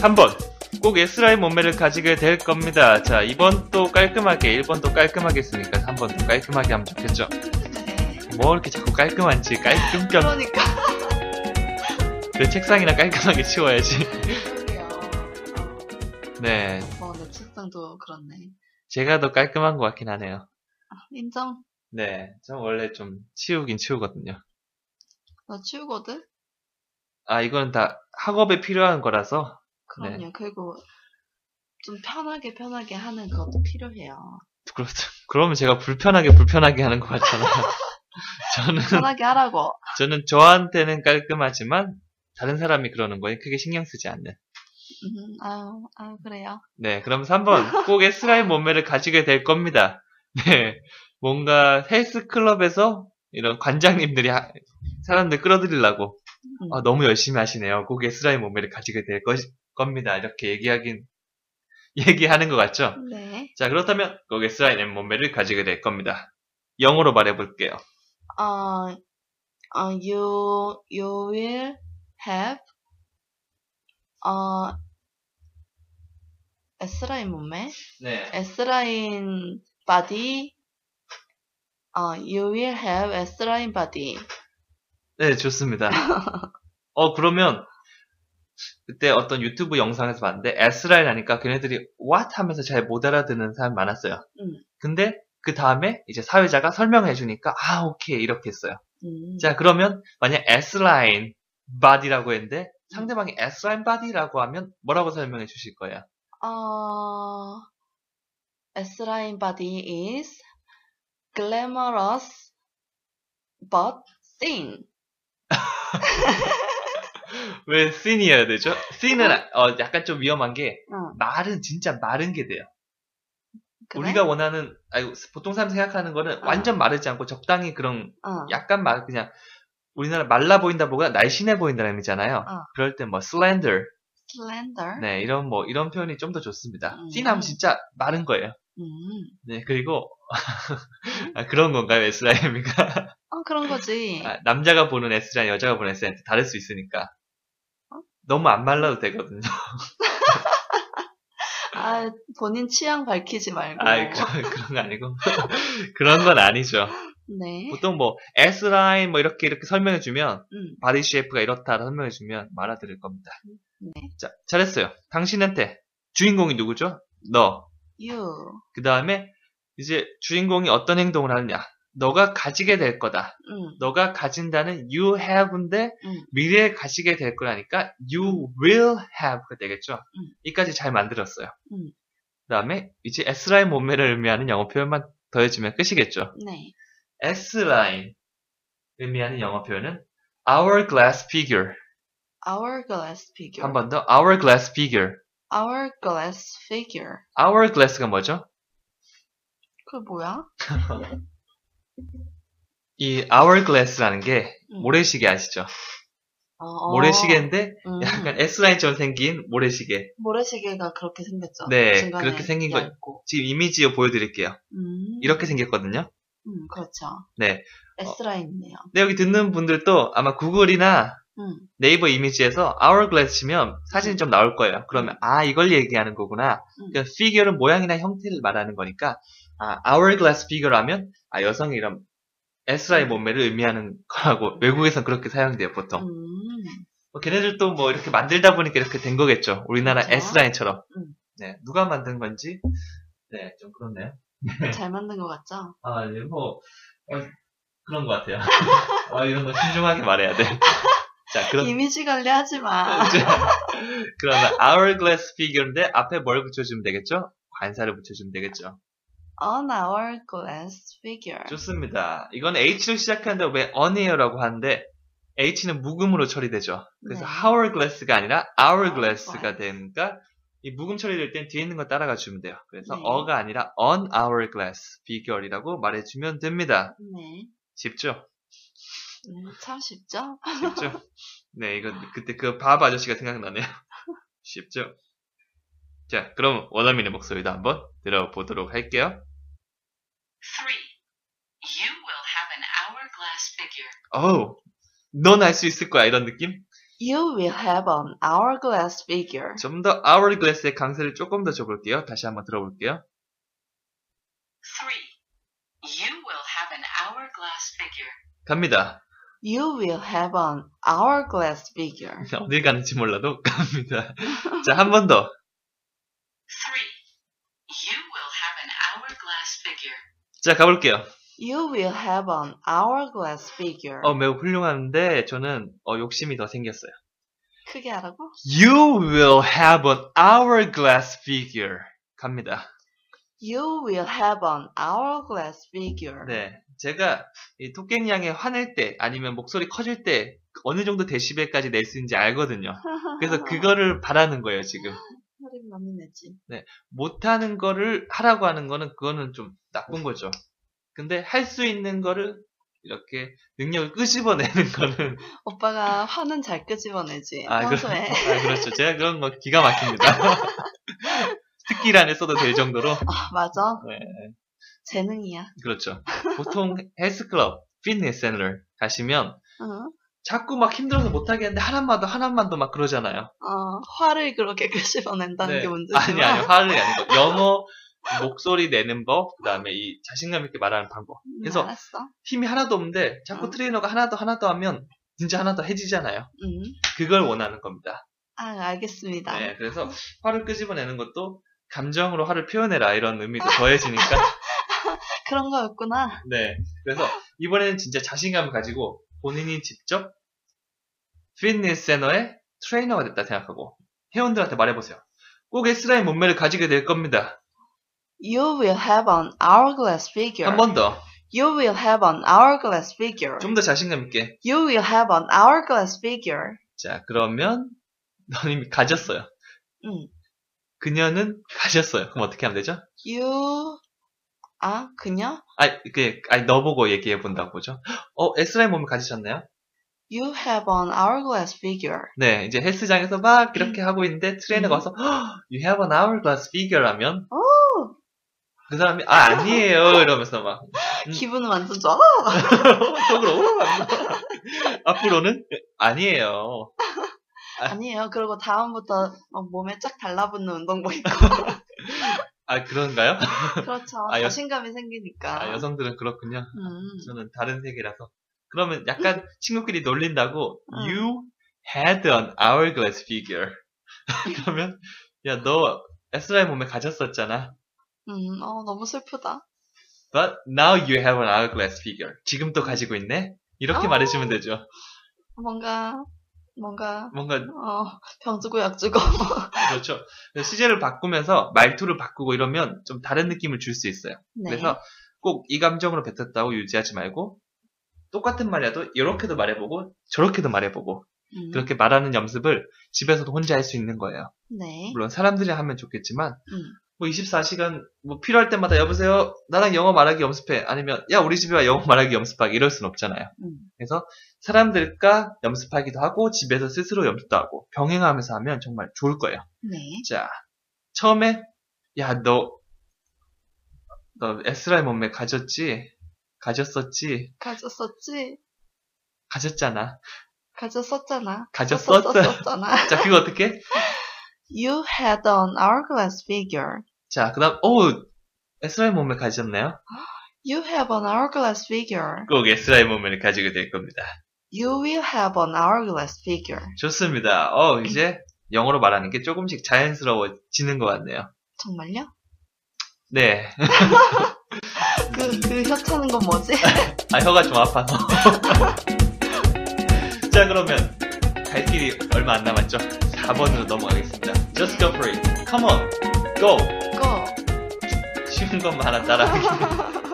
3번. 꼭 S라인 몸매를 가지게 될 겁니다. 자, 2번도 깔끔하게, 1번도 깔끔하게 했으니까 3번도 깔끔하게 하면 좋겠죠? 뭐 이렇게 자꾸 깔끔한지, 깔끔겸. 그러니까. 내 책상이나 깔끔하게 치워야지. 그래요. 네. 어, 내 책상도 그렇네. 아, 제가 더 깔끔한 것 같긴 하네요. 인정. 네. 전 원래 좀 치우긴 치우거든요. 나 치우거든? 아, 이건 다 학업에 필요한 거라서. 네. 그럼요. 그리고 좀 편하게 편하게 하는 것도 필요해요. 그렇, 그러면 제가 불편하게 불편하게 하는 것 같잖아요. 저는, 편하게 하라고. 저는 저한테는 깔끔하지만, 다른 사람이 그러는 거에 크게 신경 쓰지 않는. 음, 아유, 아유, 그래요. 네, 그럼 3번. 꼭 S라인 몸매를 가지게 될 겁니다. 네. 뭔가 헬스클럽에서 이런 관장님들이 하- 사람들 끌어들이려고 음. 아, 너무 열심히 하시네요. 꼭 S라인 몸매를 가지게 될 것, 겁니다. 이렇게 얘기하긴, 얘기하는 것 같죠? 네. 자, 그렇다면 꼭 S라인 M 몸매를 가지게 될 겁니다. 영어로 말해볼게요. 어, 어, you, you will have, 어, S라인 몸매? 네. S라인 바디? 어, you will have S라인 바디. 네, 좋습니다. 어, 그러면, 그때 어떤 유튜브 영상에서 봤는데, S라인 하니까 걔네들이 what 하면서 잘 못 알아듣는 사람 많았어요. 음. 근데, 그 다음에 이제 사회자가 설명해 주니까, 아, 오케이, 이렇게 했어요. 음. 자, 그러면, 만약 S라인 바디라고 했는데, 상대방이 S라인 바디라고 하면 뭐라고 설명해 주실 거예요? 어, S라인 body is glamorous but thin. 왜 thin이어야 되죠? thin은, 어, 약간 좀 위험한 게, 응, 말은 진짜 마른 게 돼요. 그래? 어. 우리가 원하는 아니, 보통 사람 생각하는 거는 아. 완전 마르지 않고 적당히 그런 어, 약간 마 그냥 우리나라 말라 보인다 보다 날씬해 보인다는 의미잖아요. 아. 그럴 때 뭐 slender slender. 네 이런 뭐 이런 표현이 좀 더 좋습니다. 음. 찐하면 진짜 마른 거예요. 음. 네 그리고 아, 그런 건가요 S라인이가 어, 그런 거지. 아, 남자가 보는 S라인 여자가 보는 S라인 다를 수 있으니까 너무 안 말라도 되거든요. 아, 본인 취향 밝히지 말고. 아 그런 그런 거 아니고 그런 건 아니죠. 네. 보통 뭐 S 라인 뭐 이렇게 이렇게 설명해 주면 음, 바디 쉐이프가 이렇다 설명해 주면 알아들을 겁니다. 네. 자, 잘했어요. 당신한테 주인공이 누구죠? 너. You. 그 다음에 이제 주인공이 어떤 행동을 하느냐. 너가 가지게 될 거다. 음, 너가 가진다는 you have인데 음. 미래에 가지게 될 거라니까 you will have가 되겠죠. 음. 여기까지 잘 만들었어요. 음. 그 다음에 이제 S 라인 몸매를 의미하는 영어 표현만 더해주면 끝이겠죠. 네. S 라인 의미하는 영어 표현은 hourglass figure. Hourglass figure. 한 번 더 hourglass figure. Hourglass figure. hourglass가 뭐죠? 그 뭐야? 이 hourglass라는 게 음. 모래시계 아시죠? 어, 어. 모래시계인데 음. 약간 S 라인처럼 생긴 모래시계. 모래시계가 그렇게 생겼죠. 네, 중간에 그렇게 생긴 거- 얇고. 지금 이미지 보여드릴게요. 음. 이렇게 생겼거든요. 음, 그렇죠. 네. S라인이네요. 근데 여기 듣는 분들도 아마 구글이나 음, 네이버 이미지에서 hourglass 치면 사진이 좀 나올 거예요. 그러면 아 이걸 얘기하는 거구나. 음. 그러니까 figure는 모양이나 형태를 말하는 거니까 아 hourglass figure라면 아 여성의 이런 음. S라인 몸매를 의미하는 거라고 외국에선 그렇게 사용돼요 보통. 음, 뭐 걔네들도 뭐 이렇게 만들다 보니까 이렇게 된 거겠죠. 우리나라 그렇죠. S라인처럼. 음. 네 누가 만든 건지 네 좀 그렇네요. 잘 만든 것 같죠? 아 이거 어, 그런 것 같아요. 아 이런 거 신중하게 말해야 돼. 자 그런 네. 이미지 관리하지 마. 그러면 hourglass figure인데 앞에 뭘 붙여주면 되겠죠? 관사를 붙여주면 되겠죠. On our glass figure. 좋습니다. 이건 H로 시작하는데 왜 on이에요라고 하는데 H는 묵음으로 처리되죠. 그래서 네. 아, hourglass가 아니라 hourglass가 hourglass. 되니까 이 묵음 처리될 땐 뒤에 있는 거 따라가 주면 돼요. 그래서 네. 어가 아니라 on hourglass figure이라고 말해주면 됩니다. 네. 쉽죠? 네, 참 쉽죠? 쉽죠? 네, 이거 그때 그 밥 아저씨가 생각나네요. 쉽죠? 자, 그럼 원어민의 목소리도 한번 들어보도록 할게요. 3. You will have an hourglass figure. 어우, 넌 알 수 있을 거야, 이런 느낌? You will have an hourglass figure. 좀 더 hourglass의 강세를 조금 더 줘볼게요. 다시 한번 들어볼게요. Three. You will have an hourglass figure. 갑니다. You will have an hourglass figure. 어딜 가는지 몰라도 갑니다. 자, 한 번 더. Three. You will have an hourglass figure. 자, 가볼게요. You will have an hourglass figure. 어, 매우 훌륭한데 저는 어, 욕심이 더 생겼어요. 크게 하라고? You will have an hourglass figure. 갑니다. You will have an hourglass figure. 네. 제가 이 토깽 양에 화낼 때 아니면 목소리 커질 때 어느 정도 데시벨까지 낼 수 있는지 알거든요. 그래서 그거를 바라는 거예요, 지금. 소리 많이 내지. 못하는 거를 하라고 하는 거는 그거는 좀 나쁜 거죠. 그렇죠. 근데 할 수 있는 거를 이렇게 능력을 끄집어내는 거는 오빠가 화는 잘 끄집어내지. 아, 그, 평소에. 아 그렇죠. 제가 그런 거 기가 막힙니다. 특기란에 써도 될 정도로 아, 맞아. 네. 재능이야. 그렇죠. 보통 헬스클럽, 피트니스센터 가시면 응. 자꾸 막 힘들어서 못하겠는데 하나만 더 하나만 더 막 그러잖아요. 어, 화를 그렇게 끄집어낸다는 게 문제지만. 네. 아니 아니 화를 아니고 영어 목소리 내는 법, 그다음에 이 자신감 있게 말하는 방법. 음, 그래서 알았어. 힘이 하나도 없는데 자꾸 음. 트레이너가 하나 더 하나 더 하면 진짜 하나 더 해지잖아요. 음. 그걸 원하는 겁니다. 아, 알겠습니다. 네, 그래서 화를 끄집어내는 것도 감정으로 화를 표현해라 이런 의미도 더해지니까. 그런 거였구나. 네, 그래서 이번에는 진짜 자신감을 가지고 본인이 직접 피트니스 센터의 트레이너가 됐다 생각하고 회원들한테 말해보세요. 꼭 S라인 몸매를 가지게 될 겁니다. You will have an hourglass figure. 한 번 더, You will have an hourglass figure. 좀 더 자신감 있게. You will have an hourglass figure. 자, 그러면 넌 이미 가졌어요. 음. 그녀는 가졌어요. 그럼 어떻게 하면 되죠? You 아 그녀? 아, 그, 아니, 너 보고 얘기해 본다고 보죠. 어, S라인 몸을 가지셨나요? You have an hourglass figure. 네, 이제 헬스장에서 막 이렇게 하고 있는데 트레이너가 음. 와서 "헉, You have an hourglass figure 하면 오! 그 사람이 아, 아니에요 이러면서 막 음. 기분은 완전 좋아. 속으로 올라간다. 앞으로는 아니에요. 아니에요. 그리고 다음부터 막 몸에 쫙 달라붙는 운동복 입고. 아, 그런가요? 그렇죠. 아, 여- 자신감이 생기니까. 아, 여성들은 그렇군요. 음. 저는 다른 세계라서. 그러면 약간 친구끼리 놀린다고 음. You had an hourglass figure. 그러면 야, 너 S라인 몸에 가졌었잖아. 음, 어, 너무 슬프다. But now you have an hourglass figure. 지금 또 가지고 있네? 이렇게 아. 말해주면 되죠. 뭔가, 뭔가, 뭔가, 어, 병 주고 약 주고. 그렇죠. 그래서 시제를 바꾸면서 말투를 바꾸고 이러면 좀 다른 느낌을 줄 수 있어요. 네. 그래서 꼭 이 감정으로 뱉었다고 유지하지 말고 똑같은 말이라도 이렇게도 말해보고 저렇게도 말해보고 음, 그렇게 말하는 연습을 집에서도 혼자 할 수 있는 거예요. 네. 물론 사람들이 하면 좋겠지만 음. 뭐 24시간 뭐 필요할 때마다 여보세요 나랑 영어 말하기 연습해 아니면 야 우리 집에 와 영어 말하기 연습하기 이럴 순 없잖아요. 음. 그래서 사람들과 연습하기도 하고 집에서 스스로 연습도 하고 병행하면서 하면 정말 좋을 거예요. 네. 자, 처음에 야 너 너 S라인 몸매 가졌지? 가졌었지? 가졌었지? 가졌잖아. 가졌었잖아. 가졌었어. 가졌었었잖아. 자, 그거 어떻게? You had an hourglass figure. 자, 그다음 오 S라인 몸매 가졌나요? You have an hourglass figure. 꼭 S라인 몸매를 가지게 될 겁니다. You will have an hourglass figure. 좋습니다. 어 이제 영어로 말하는 게 조금씩 자연스러워지는 것 같네요. 정말요? 네. 그, 그 협찬은 건 뭐지? 아, 혀가 좀 아파서. 자, 그러면 갈 길이 얼마 안 남았죠? 4번으로 넘어가겠습니다. Just go for it. Come on. Go. go. 쉬운 것만 하나 따라하기.